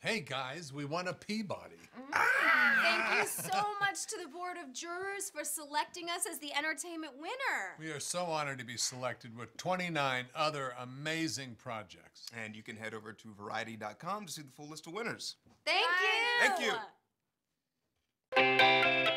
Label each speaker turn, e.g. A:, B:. A: Hey guys, we won a Peabody.
B: Thank you so much to the Board of Jurors for selecting us as the entertainment winner.
A: We are so honored to be selected with 29 other amazing projects.
C: And you can head over to variety.com to see the full list of winners.
B: Thank you.
C: Thank you.